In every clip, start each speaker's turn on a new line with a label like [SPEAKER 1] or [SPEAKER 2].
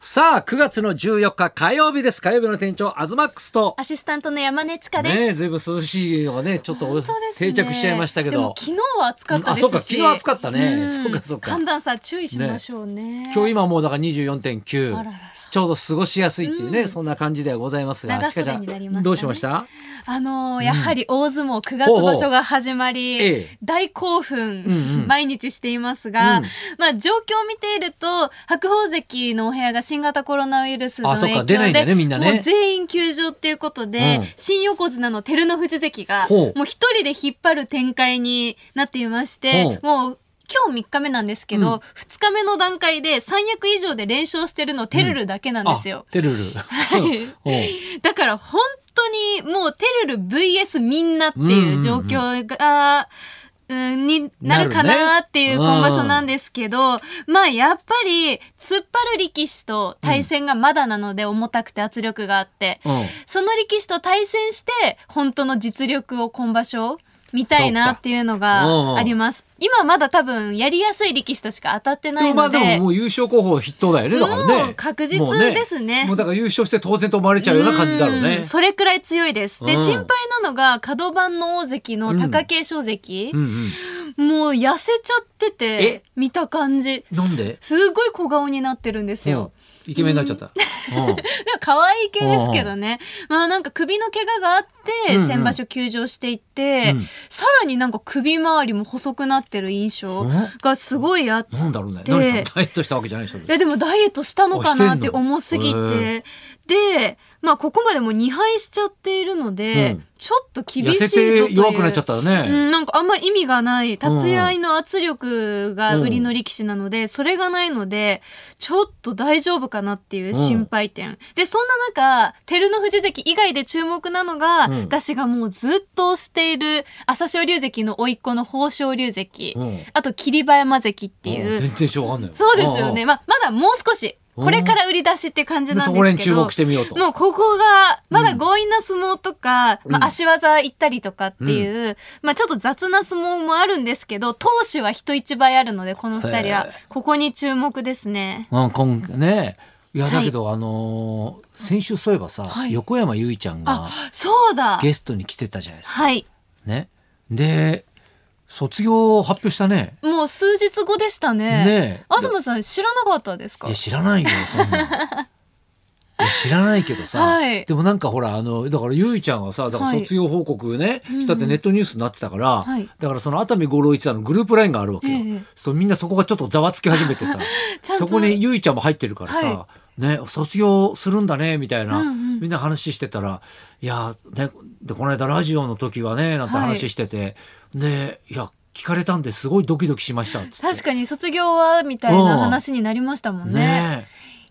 [SPEAKER 1] さあ、9月の14日火曜日です。火曜日の店長、アズマックスと。
[SPEAKER 2] アシスタントの山根千佳です。
[SPEAKER 1] ねえ、ずいぶん涼しいのがね、ちょっと、
[SPEAKER 2] 本当ですね
[SPEAKER 1] 定着しちゃいましたけ
[SPEAKER 2] で
[SPEAKER 1] ど
[SPEAKER 2] も。昨日は暑かったですし。
[SPEAKER 1] あそうか昨日暑かったね
[SPEAKER 2] ん
[SPEAKER 1] そうかそうか
[SPEAKER 2] 寒暖差注意しましょうね。
[SPEAKER 1] 今日
[SPEAKER 2] 今
[SPEAKER 1] 今もうだから24.9
[SPEAKER 2] あららら
[SPEAKER 1] ちょうど過ごしやすいっていうね、
[SPEAKER 2] うん
[SPEAKER 1] そんな感じではございますが
[SPEAKER 2] 長
[SPEAKER 1] ちか
[SPEAKER 2] 袖
[SPEAKER 1] ちゃ
[SPEAKER 2] になりましたね
[SPEAKER 1] んどうしました
[SPEAKER 2] あのーやはり大相撲9月
[SPEAKER 1] ほうほう
[SPEAKER 2] 場所が始まり、
[SPEAKER 1] ええ
[SPEAKER 2] 大興
[SPEAKER 1] ん
[SPEAKER 2] 奮、
[SPEAKER 1] うん
[SPEAKER 2] 毎日していますが、
[SPEAKER 1] うん
[SPEAKER 2] まあ状況を見ていると白鵬関のお部屋が新型コロナウイルスの
[SPEAKER 1] あそっ
[SPEAKER 2] 影
[SPEAKER 1] か
[SPEAKER 2] 響で
[SPEAKER 1] 出ないんだよねみんなね
[SPEAKER 2] もう全員休場っていうことで、
[SPEAKER 1] うん
[SPEAKER 2] 新横綱の照ノ富士関が
[SPEAKER 1] ほう
[SPEAKER 2] もう一人で引っ張る展開になっていまして
[SPEAKER 1] ほう
[SPEAKER 2] もう今日3日目なんですけ
[SPEAKER 1] う
[SPEAKER 2] ど、
[SPEAKER 1] ん
[SPEAKER 2] 2日目の段階で三役以上で連勝してるのテルルだけなんですよ
[SPEAKER 1] あ。てるる
[SPEAKER 2] い
[SPEAKER 1] おう
[SPEAKER 2] だから本当にもうテルル VS みんなっていう状況が、うんになるかなっていう
[SPEAKER 1] なるね
[SPEAKER 2] 今場所なんですけど、まあやっぱり突っ張る力士と対戦がまだなので重たくて圧力があって、
[SPEAKER 1] うん
[SPEAKER 2] その力士と対戦して本当の実力を今場所見たいなっていうのがあります。今まだ多分やりやすい力士としか当たって
[SPEAKER 1] で
[SPEAKER 2] ない
[SPEAKER 1] もまあ
[SPEAKER 2] ので。
[SPEAKER 1] でももう優勝候補筆頭だよねだからね、
[SPEAKER 2] もう確実
[SPEAKER 1] もう
[SPEAKER 2] ですね
[SPEAKER 1] もうだから優勝して当然と思われちゃうような感じだろうね
[SPEAKER 2] んそれくらい強いです。で、
[SPEAKER 1] うん
[SPEAKER 2] 心配なのが、角番の大関の貴景勝関、
[SPEAKER 1] うんうん
[SPEAKER 2] もう痩せちゃって
[SPEAKER 1] え
[SPEAKER 2] て、見た感じ。
[SPEAKER 1] なんです
[SPEAKER 2] すごい小顔になってるんですよ。
[SPEAKER 1] うんイケメンになっちゃった、うん
[SPEAKER 2] でも可愛い系ですけどね。まあなんか首の怪我があって、
[SPEAKER 1] うんうん
[SPEAKER 2] 先場所休場していって、
[SPEAKER 1] うん
[SPEAKER 2] さらになんか首周りも細くなってる印象
[SPEAKER 1] え
[SPEAKER 2] がすごいあって、
[SPEAKER 1] なんだろうね
[SPEAKER 2] で
[SPEAKER 1] 何したのダイエットしたわけじゃないでしょ
[SPEAKER 2] いやでもダイエットしたのかなって重すぎ
[SPEAKER 1] あしてんのへ
[SPEAKER 2] てでまあここまでもう2敗しちゃっているので、
[SPEAKER 1] うん
[SPEAKER 2] ちょっと厳
[SPEAKER 1] 痩
[SPEAKER 2] しい
[SPEAKER 1] せ
[SPEAKER 2] ぞとい
[SPEAKER 1] て
[SPEAKER 2] う
[SPEAKER 1] 弱くなっちゃったらね、
[SPEAKER 2] うん、なんかあんまり意味がない立ち合いの圧力が売りの力士なので、それがないのでちょっと大丈夫かなっていう心配点、でそんな中照ノ富士関以外で注目なのが、
[SPEAKER 1] うん
[SPEAKER 2] 私がもうずっと推している朝青龍関の甥っ子の豊昇龍関、
[SPEAKER 1] うん
[SPEAKER 2] あと霧馬山関っていう、
[SPEAKER 1] ん全然しょうがない
[SPEAKER 2] そうですよね。まあ、まだもう少し、これから売り出しって感じ
[SPEAKER 1] で
[SPEAKER 2] なん
[SPEAKER 1] そこら
[SPEAKER 2] で
[SPEAKER 1] 辺
[SPEAKER 2] すけ
[SPEAKER 1] 注
[SPEAKER 2] ど
[SPEAKER 1] 目し。てみようと
[SPEAKER 2] もうここが、まだ強引な相撲とか、
[SPEAKER 1] うん
[SPEAKER 2] まあ足技行ったりとかっていう、まあちょっと雑な相撲もあるんですけど、投手は人一倍あるので、この二人
[SPEAKER 1] へ
[SPEAKER 2] は
[SPEAKER 1] え、
[SPEAKER 2] ここに注目ですね。
[SPEAKER 1] うん、今ねいや
[SPEAKER 2] はい
[SPEAKER 1] だけど、あのー先週そういえばさ、
[SPEAKER 2] はい
[SPEAKER 1] 横山由依ちゃんが
[SPEAKER 2] あ、そうだ
[SPEAKER 1] ゲストに来てたじゃないですか。
[SPEAKER 2] はい。
[SPEAKER 1] ね、で卒業を発表したね。
[SPEAKER 2] もう数日後でした
[SPEAKER 1] ね
[SPEAKER 2] ね。
[SPEAKER 1] え
[SPEAKER 2] 東さん知らなかったですか
[SPEAKER 1] いや知らないよそん なん。いや知らないけどさ、
[SPEAKER 2] はい
[SPEAKER 1] でもなんかほらあのだからゆいちゃんがさだから
[SPEAKER 2] はい
[SPEAKER 1] 卒業報告ね、
[SPEAKER 2] んうん
[SPEAKER 1] したってネットニュースになってたから、
[SPEAKER 2] はい
[SPEAKER 1] だからその熱海五郎一座のグループラインがあるわけよ、
[SPEAKER 2] ええ
[SPEAKER 1] そうするとみんなそこがちょっとざわつき始めてさ
[SPEAKER 2] ちゃんと
[SPEAKER 1] そこにゆいちゃんも入ってるからさ、
[SPEAKER 2] は
[SPEAKER 1] ね、卒業するんだねみたいな、
[SPEAKER 2] うんうん
[SPEAKER 1] みんな話してたら「いや、ね、でこの間ラジオの時はね」なんて話してて「でいや聞かれたんですごいドキドキしました」っつって。
[SPEAKER 2] 確かに卒業は、みたいな話になりましたもんね。
[SPEAKER 1] ね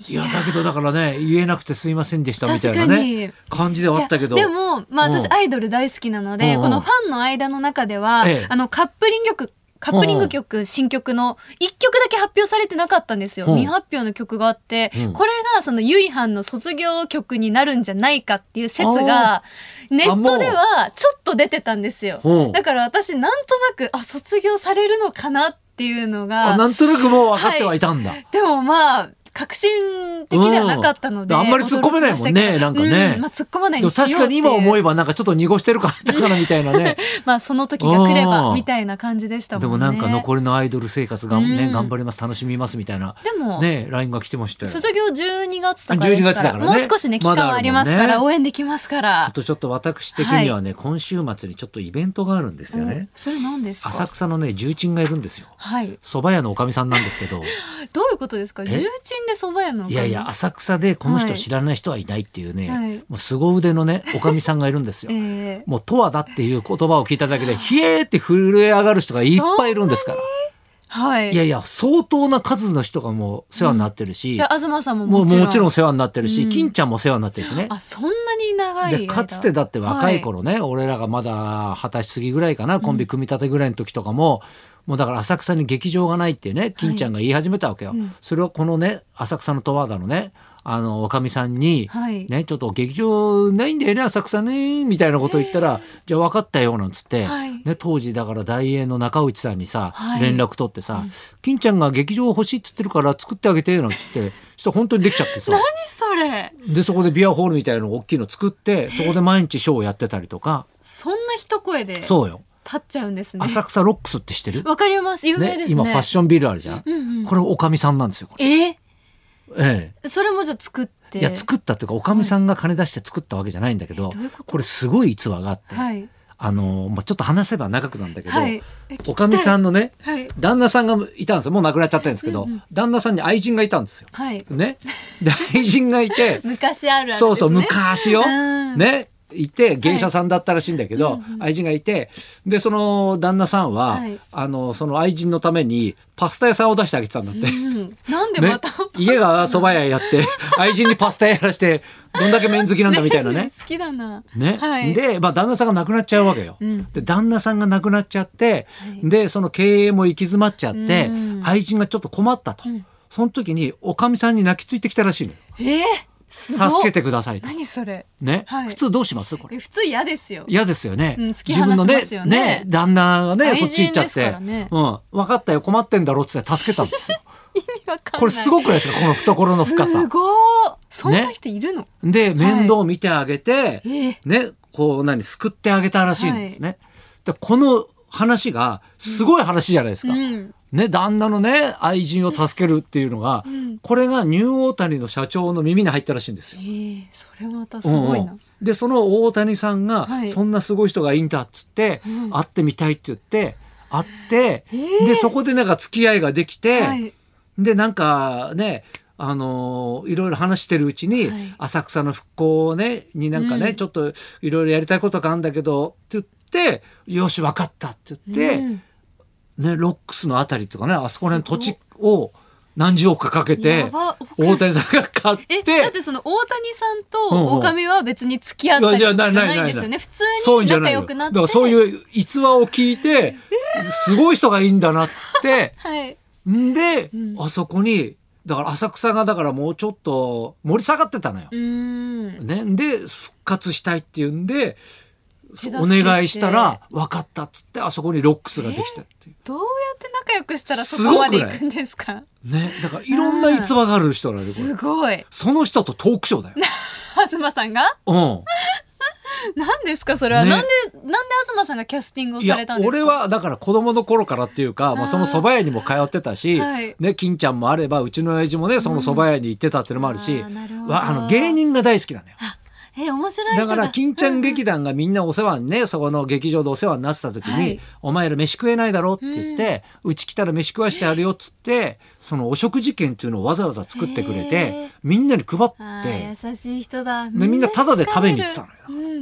[SPEAKER 1] えいやだけどだからね言えなくてすいませんでしたみたいな
[SPEAKER 2] 確かに
[SPEAKER 1] ね感じではあったけど
[SPEAKER 2] いやでも、まあ、
[SPEAKER 1] うん
[SPEAKER 2] 私アイドル大好きなので、
[SPEAKER 1] うんうん
[SPEAKER 2] このファンの間の中では、
[SPEAKER 1] ええ
[SPEAKER 2] あのカップリング曲カップリング曲、新曲の1曲だけ発表されてなかったんですよ、
[SPEAKER 1] うん
[SPEAKER 2] 未発表の曲があって、
[SPEAKER 1] うん
[SPEAKER 2] これがそのゆいはんの卒業曲になるんじゃないかっていう説がネットではちょっと出てたんですよ
[SPEAKER 1] うん
[SPEAKER 2] だから私なんとなくあ卒業されるのかなっていうの
[SPEAKER 1] あな
[SPEAKER 2] が
[SPEAKER 1] んとなくもう分かってはいたんだ、
[SPEAKER 2] でもまあ確信的ではなかったので、
[SPEAKER 1] うんあんまり突っ込めないもんね
[SPEAKER 2] 驚きましたけど
[SPEAKER 1] なんかね
[SPEAKER 2] うまあ、突っ込まない
[SPEAKER 1] で
[SPEAKER 2] よ
[SPEAKER 1] も
[SPEAKER 2] うにしようって
[SPEAKER 1] 確
[SPEAKER 2] いう
[SPEAKER 1] かに今思えばなんかちょっと濁してるかったかなみたいな ね
[SPEAKER 2] まあその時が来れ
[SPEAKER 1] う
[SPEAKER 2] ば
[SPEAKER 1] ん
[SPEAKER 2] みたいな感じでした
[SPEAKER 1] で
[SPEAKER 2] も
[SPEAKER 1] も
[SPEAKER 2] んね。
[SPEAKER 1] なんか残りのアイドル生活がね、
[SPEAKER 2] うん
[SPEAKER 1] 頑張ります楽しみますみたいな
[SPEAKER 2] でも、
[SPEAKER 1] ね LINE が来てましたよ
[SPEAKER 2] 卒業12月とかです
[SPEAKER 1] 12
[SPEAKER 2] か
[SPEAKER 1] 月だ
[SPEAKER 2] ら
[SPEAKER 1] からね
[SPEAKER 2] もう少しね期間はありますか
[SPEAKER 1] まだあ
[SPEAKER 2] ら、
[SPEAKER 1] るもんね
[SPEAKER 2] 応援できますか
[SPEAKER 1] あ
[SPEAKER 2] ら。
[SPEAKER 1] とちょっと私的にはね、今週末にちょっとイベントがあるんですよね
[SPEAKER 2] おそれなんですか
[SPEAKER 1] 浅草のね重鎮がいるんですよ
[SPEAKER 2] はい。
[SPEAKER 1] 蕎麦屋のおかみさんなんですけど
[SPEAKER 2] どういうことですか重鎮で蕎麦屋のおかみ
[SPEAKER 1] いやいや、浅草でこの人
[SPEAKER 2] はい
[SPEAKER 1] 知らない人はいないっていうね、
[SPEAKER 2] はい
[SPEAKER 1] もう凄腕の ねおかみさんがいるんですよ。
[SPEAKER 2] ええ
[SPEAKER 1] もう「とはだ」っていう言葉を聞いただけでひえーって震え上がる人がいっぱいいるんですから
[SPEAKER 2] はい。
[SPEAKER 1] いやいや相当な数の人がもう世話になってるし、
[SPEAKER 2] じゃあ東さんも
[SPEAKER 1] もう
[SPEAKER 2] もちろん。
[SPEAKER 1] もちろん世話になってるし、
[SPEAKER 2] うん
[SPEAKER 1] 金ちゃんも世話になってるしね。
[SPEAKER 2] あ、そんなに長い
[SPEAKER 1] で
[SPEAKER 2] 間
[SPEAKER 1] かつてだって若い頃ね、俺らがまだ二十歳過ぎぐらいかなコンビ組み立てぐらいの時とかも、もうだから浅草に劇場がないってね金ちゃんが言い始めたわけよ、
[SPEAKER 2] うん
[SPEAKER 1] それをこのね浅草の十和田のねあのおかみさんに、
[SPEAKER 2] はい。
[SPEAKER 1] ね、ちょっと劇場ないんだよね浅草ねみたいなことを言ったら、じゃあ分かったよなんつって、
[SPEAKER 2] はい
[SPEAKER 1] ね、当時だから大英の中内さんにさ、
[SPEAKER 2] はい
[SPEAKER 1] 連絡取ってさ、金ちゃんが劇場欲しいっつってるから作ってあげて」なんつってそしたら本当にできちゃってさ
[SPEAKER 2] 何それ
[SPEAKER 1] でそこでビアホールみたいなの大きいの作ってそこで毎日ショーをやってたりとか
[SPEAKER 2] そんな一声で立
[SPEAKER 1] そうよ
[SPEAKER 2] っちゃうんですね。
[SPEAKER 1] 浅草ロックスって知ってる、
[SPEAKER 2] わかります。有名ですね。
[SPEAKER 1] 今ファッションビルあるじゃん、
[SPEAKER 2] うんうん
[SPEAKER 1] これおかみさんなんですよこれ、
[SPEAKER 2] え
[SPEAKER 1] え
[SPEAKER 2] それもじゃあ作って。
[SPEAKER 1] え、いや作ったというかおかみさんが金出して作ったわけじゃないんだけど,、
[SPEAKER 2] えどういうこと
[SPEAKER 1] これすごい逸話があって、
[SPEAKER 2] はい。
[SPEAKER 1] あのまあ、ちょっと話せば長くなんだけど、
[SPEAKER 2] はい。
[SPEAKER 1] おかみさ
[SPEAKER 2] ん。
[SPEAKER 1] んのね
[SPEAKER 2] はい。
[SPEAKER 1] 旦那さんがいたんですよもう亡くなっちゃったんですけど、
[SPEAKER 2] うんうん
[SPEAKER 1] 旦那さんに愛人がいたんですよ。
[SPEAKER 2] はい。
[SPEAKER 1] ね、 で愛人がいて
[SPEAKER 2] 昔あるあるですね。
[SPEAKER 1] そうそう昔よ、
[SPEAKER 2] うん
[SPEAKER 1] ねいて芸者さんだったらしいんだけど、愛人がいてでその旦那さんは、
[SPEAKER 2] はい
[SPEAKER 1] あのその愛人のためにパスタ屋さんを出してあげてたんだって。
[SPEAKER 2] うん。なんで
[SPEAKER 1] ね
[SPEAKER 2] また。、
[SPEAKER 1] 家が蕎麦屋やって 愛人にパスタ屋やらしてどんだけ麺好きなんだみたいなね。
[SPEAKER 2] 好きだな。
[SPEAKER 1] ね
[SPEAKER 2] はい。
[SPEAKER 1] で、まあ、旦那さんが亡くなっちゃうわけよ。
[SPEAKER 2] うん
[SPEAKER 1] で旦那さんが亡くなっちゃって、
[SPEAKER 2] はい
[SPEAKER 1] でその経営も行き詰まっちゃって、
[SPEAKER 2] うん
[SPEAKER 1] 愛人がちょっと困ったと、
[SPEAKER 2] ん
[SPEAKER 1] その時におかみさんに泣きついてきたらしいのよ。
[SPEAKER 2] えー、すごっ
[SPEAKER 1] 助けてくださいと。
[SPEAKER 2] 何それ。
[SPEAKER 1] ね、
[SPEAKER 2] はい
[SPEAKER 1] 普通どうしますこれ
[SPEAKER 2] え普通嫌ですよ。
[SPEAKER 1] 嫌ですよね、
[SPEAKER 2] うん突き
[SPEAKER 1] 自分の
[SPEAKER 2] 放し
[SPEAKER 1] ね
[SPEAKER 2] ますよね
[SPEAKER 1] ね旦那がね
[SPEAKER 2] 愛人
[SPEAKER 1] そっち行っちゃっ
[SPEAKER 2] ですか
[SPEAKER 1] て、
[SPEAKER 2] らね
[SPEAKER 1] うん、分かったよ困ってんだろっつって助けたん ですよ
[SPEAKER 2] 意味わかんない。
[SPEAKER 1] これすごくないですかこの懐の深さ
[SPEAKER 2] すごーそんな人いるの。
[SPEAKER 1] で面倒見てあげて、
[SPEAKER 2] ええ
[SPEAKER 1] ねこう何救ってあげたらしいんですね、でこの話がすごい話じゃないですか、
[SPEAKER 2] うん。
[SPEAKER 1] ね旦那のね愛人を助けるっていうのが、
[SPEAKER 2] うん
[SPEAKER 1] これがニューオータニの社長の耳に入ったらしいんですよ
[SPEAKER 2] えー、それまたすごいな。
[SPEAKER 1] うんうんでその大谷さんが、
[SPEAKER 2] はい
[SPEAKER 1] そんなすごい人がいいんだっつって、
[SPEAKER 2] うん
[SPEAKER 1] 会ってみたいって言って会って、
[SPEAKER 2] えー
[SPEAKER 1] でそこでなんか付き合いができて、
[SPEAKER 2] はい。
[SPEAKER 1] でなんかねあのーいろいろ話してるうちに、
[SPEAKER 2] はい
[SPEAKER 1] 浅草の復興をねになんかね、
[SPEAKER 2] うん
[SPEAKER 1] ちょっといろいろやりたいことがあるんだけどって言って「よし分かった」って言って、
[SPEAKER 2] うん
[SPEAKER 1] ね、ロックスのあたりとかねあそこら辺土地を何十億かかけて
[SPEAKER 2] やば
[SPEAKER 1] 大谷さんが買って
[SPEAKER 2] え、だってその大谷さんと狼は別に付き合
[SPEAKER 1] う
[SPEAKER 2] っ
[SPEAKER 1] ん
[SPEAKER 2] た
[SPEAKER 1] うん
[SPEAKER 2] りとかじゃない
[SPEAKER 1] いやいやない
[SPEAKER 2] んですよ
[SPEAKER 1] ないな
[SPEAKER 2] ね。普通
[SPEAKER 1] そういうん
[SPEAKER 2] に
[SPEAKER 1] じゃな
[SPEAKER 2] 仲
[SPEAKER 1] いよ。
[SPEAKER 2] 良
[SPEAKER 1] だ
[SPEAKER 2] く
[SPEAKER 1] か
[SPEAKER 2] なって。
[SPEAKER 1] らそういう逸話を聞いて、すごい人がいいんだなっつって、
[SPEAKER 2] はい。
[SPEAKER 1] んで、
[SPEAKER 2] うん
[SPEAKER 1] あそこに、だから浅草がだからもうちょっと盛り下がってたのよ
[SPEAKER 2] う。ーん。
[SPEAKER 1] ね、で、復活したいっていうんで、
[SPEAKER 2] 手助け
[SPEAKER 1] お
[SPEAKER 2] して
[SPEAKER 1] 願いしたら、分かったっつって、あそこにロックスができたっていう。
[SPEAKER 2] どうやって仲良くしたらそこまで行くんですか
[SPEAKER 1] ね、だからいろんな逸話がある人なのよ、これ。
[SPEAKER 2] すごい。
[SPEAKER 1] その人とトークショーだよ。
[SPEAKER 2] 東さんが
[SPEAKER 1] うん。
[SPEAKER 2] 何ですかそれは、
[SPEAKER 1] ね
[SPEAKER 2] なんで、なんで東さんがキャスティングを
[SPEAKER 1] い
[SPEAKER 2] さ
[SPEAKER 1] や
[SPEAKER 2] れたんですか
[SPEAKER 1] 俺はだから子供の頃からっていうかまあ、
[SPEAKER 2] あー
[SPEAKER 1] その蕎麦屋にも通ってたし、
[SPEAKER 2] はい
[SPEAKER 1] ね、金ちゃんもあればうちの親父もねその蕎麦屋に行ってたっていうのもあるし、
[SPEAKER 2] あーなるほど
[SPEAKER 1] わあの芸人が大好きなのよ。
[SPEAKER 2] え、面白い
[SPEAKER 1] だ
[SPEAKER 2] 人
[SPEAKER 1] から金ちゃん劇団がみんなお世話にねそこの劇場でお世話になってた時に「
[SPEAKER 2] はい
[SPEAKER 1] お前ら飯食えないだろ」って言って「うち、来たら飯食わしてやるよ」っつってそのお食事券っていうのをわざわざ作ってくれて、
[SPEAKER 2] へー
[SPEAKER 1] みんなに配
[SPEAKER 2] あ
[SPEAKER 1] っ
[SPEAKER 2] ー
[SPEAKER 1] て
[SPEAKER 2] 優しい人だ。
[SPEAKER 1] でみんなタダで食べに行ってたのよ
[SPEAKER 2] よ。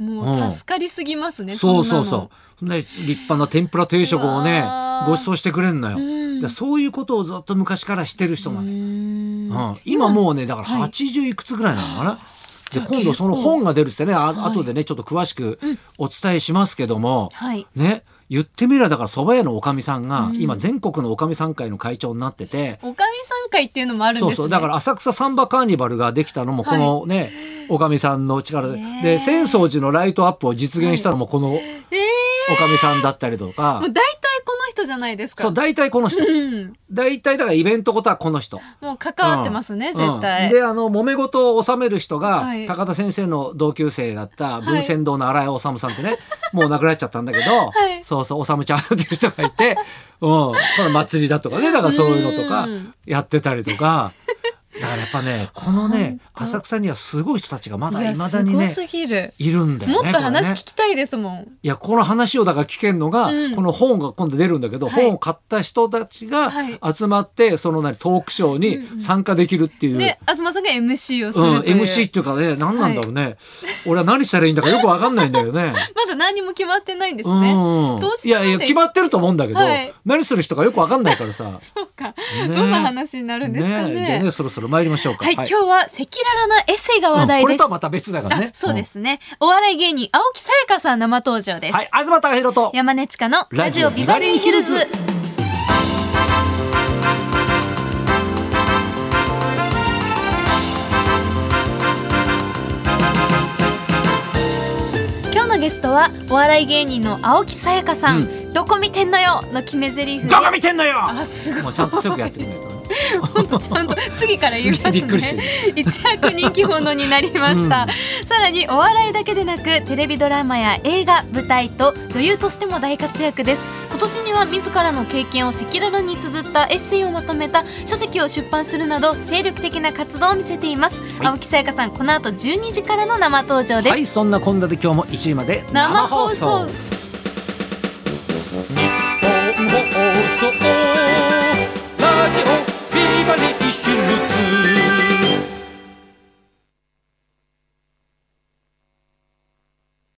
[SPEAKER 2] うん。もう助かりすぎますね。
[SPEAKER 1] そうそう
[SPEAKER 2] そんな
[SPEAKER 1] そ
[SPEAKER 2] の
[SPEAKER 1] う。ね、立派な天ぷら定食を
[SPEAKER 2] う
[SPEAKER 1] ね
[SPEAKER 2] わ、ー
[SPEAKER 1] ご馳走してくれんのよ。
[SPEAKER 2] うん
[SPEAKER 1] でそういうことをずっと昔からしてる人な
[SPEAKER 2] う
[SPEAKER 1] のよ。
[SPEAKER 2] ーん
[SPEAKER 1] うん、今もうね、だから
[SPEAKER 2] はい
[SPEAKER 1] 80いくつぐらいなのかな。で
[SPEAKER 2] じゃあ
[SPEAKER 1] 今度その
[SPEAKER 2] 結構
[SPEAKER 1] 本が出るってね、あ、
[SPEAKER 2] はい
[SPEAKER 1] 後でね、ちょっと詳しくお伝えしますけども、
[SPEAKER 2] はい。
[SPEAKER 1] ね、言ってみればだから蕎麦屋のおかみさんが、
[SPEAKER 2] うん
[SPEAKER 1] 今全国のおかみさん会の会長になってて、
[SPEAKER 2] おかみさん会っていうのもあるんです
[SPEAKER 1] そ
[SPEAKER 2] ね。
[SPEAKER 1] うそうだから浅草サンバカーニバルができたのもこのね、おかみさんの力で、
[SPEAKER 2] ねえ
[SPEAKER 1] で浅草寺のライトアップを実現したのもこの
[SPEAKER 2] ええ
[SPEAKER 1] おかみさんだったりとか、
[SPEAKER 2] もう大体この人じゃないですか。
[SPEAKER 1] そう大体この人
[SPEAKER 2] うん。
[SPEAKER 1] 大体だからイベントことはこの人。
[SPEAKER 2] もう関わってますね、
[SPEAKER 1] うん
[SPEAKER 2] 絶対。
[SPEAKER 1] であの揉め事を収める人が、
[SPEAKER 2] はい
[SPEAKER 1] 高田先生の同級生だった文仙堂の荒井治さんってね、 もう亡くなっちゃったんだけど、
[SPEAKER 2] はい
[SPEAKER 1] そうそう治ちゃんっていう人がいて、うん、この祭りだとかねだからそういうのとか
[SPEAKER 2] うん
[SPEAKER 1] やってたりとか。だからやっぱねこのね
[SPEAKER 2] 本当
[SPEAKER 1] 浅草にはすごい人たちがま
[SPEAKER 2] い
[SPEAKER 1] だ
[SPEAKER 2] や
[SPEAKER 1] いまだにね
[SPEAKER 2] すごすぎる。
[SPEAKER 1] いるんだよね。
[SPEAKER 2] もっと
[SPEAKER 1] こ
[SPEAKER 2] 話
[SPEAKER 1] れね
[SPEAKER 2] 聞きたいですもん。
[SPEAKER 1] いやこの話をだから聞けんのが、
[SPEAKER 2] うん
[SPEAKER 1] この本が今度出るんだけど、
[SPEAKER 2] はい
[SPEAKER 1] 本を買った人たちが
[SPEAKER 2] はい
[SPEAKER 1] 集まってその何トークショーに参加できるっていう、うん
[SPEAKER 2] で、東さんが MC をするという。
[SPEAKER 1] MC っていうかね何なんだろうね、俺は何したらいいんだかよくわかんないんだよ ね。
[SPEAKER 2] まだ何も決まってないんです
[SPEAKER 1] う
[SPEAKER 2] ね。
[SPEAKER 1] ん
[SPEAKER 2] 当日
[SPEAKER 1] いやい
[SPEAKER 2] ま
[SPEAKER 1] や
[SPEAKER 2] で
[SPEAKER 1] 決まってると思うんだけど、
[SPEAKER 2] はい
[SPEAKER 1] 何する人かよくわかんないからさ。
[SPEAKER 2] そうか。
[SPEAKER 1] ね
[SPEAKER 2] どんな話になるんですかね。
[SPEAKER 1] ねじゃあねそろそろ参りましょうか。
[SPEAKER 2] はい、今日は赤裸々なエッセイが話
[SPEAKER 1] うん
[SPEAKER 2] 題
[SPEAKER 1] こ
[SPEAKER 2] で
[SPEAKER 1] れと
[SPEAKER 2] す。
[SPEAKER 1] はまた別だからね。
[SPEAKER 2] あそうですね、お笑い芸人、青木さやかさん生登場で
[SPEAKER 1] うん。
[SPEAKER 2] す。
[SPEAKER 1] はい東隆弘と
[SPEAKER 2] 山根千佳の
[SPEAKER 1] ラ
[SPEAKER 2] ラ
[SPEAKER 1] ジ
[SPEAKER 2] ジ
[SPEAKER 1] オ
[SPEAKER 2] オ
[SPEAKER 1] ビ
[SPEAKER 2] ビ
[SPEAKER 1] バ
[SPEAKER 2] バ
[SPEAKER 1] リ
[SPEAKER 2] リ
[SPEAKER 1] ー
[SPEAKER 2] ー
[SPEAKER 1] ヒ
[SPEAKER 2] ヒ
[SPEAKER 1] ル
[SPEAKER 2] ル
[SPEAKER 1] ズ
[SPEAKER 2] ズ。トはお笑い芸人の青木さやかさん、
[SPEAKER 1] う
[SPEAKER 2] どこ見てんのよの決め台詞で
[SPEAKER 1] どこ見てんのよ
[SPEAKER 2] あすご
[SPEAKER 1] も
[SPEAKER 2] いう
[SPEAKER 1] ちゃんと強くやってくんないとね
[SPEAKER 2] ちゃんと次から言います
[SPEAKER 1] すげえびっくりし
[SPEAKER 2] ね一躍人気者になりました、さらにお笑いだけでなくテレビドラマや映画舞台と女優としても大活躍です今年には自らの経験を赤裸々に綴ったエッセイをまとめた書籍を出版するなど精力的な活動を見せています、
[SPEAKER 1] い
[SPEAKER 2] 青木さやかさんこの後12時からの生登場です、
[SPEAKER 1] はいそんなこんなで今日も1時まで
[SPEAKER 2] 生放送
[SPEAKER 1] 生放送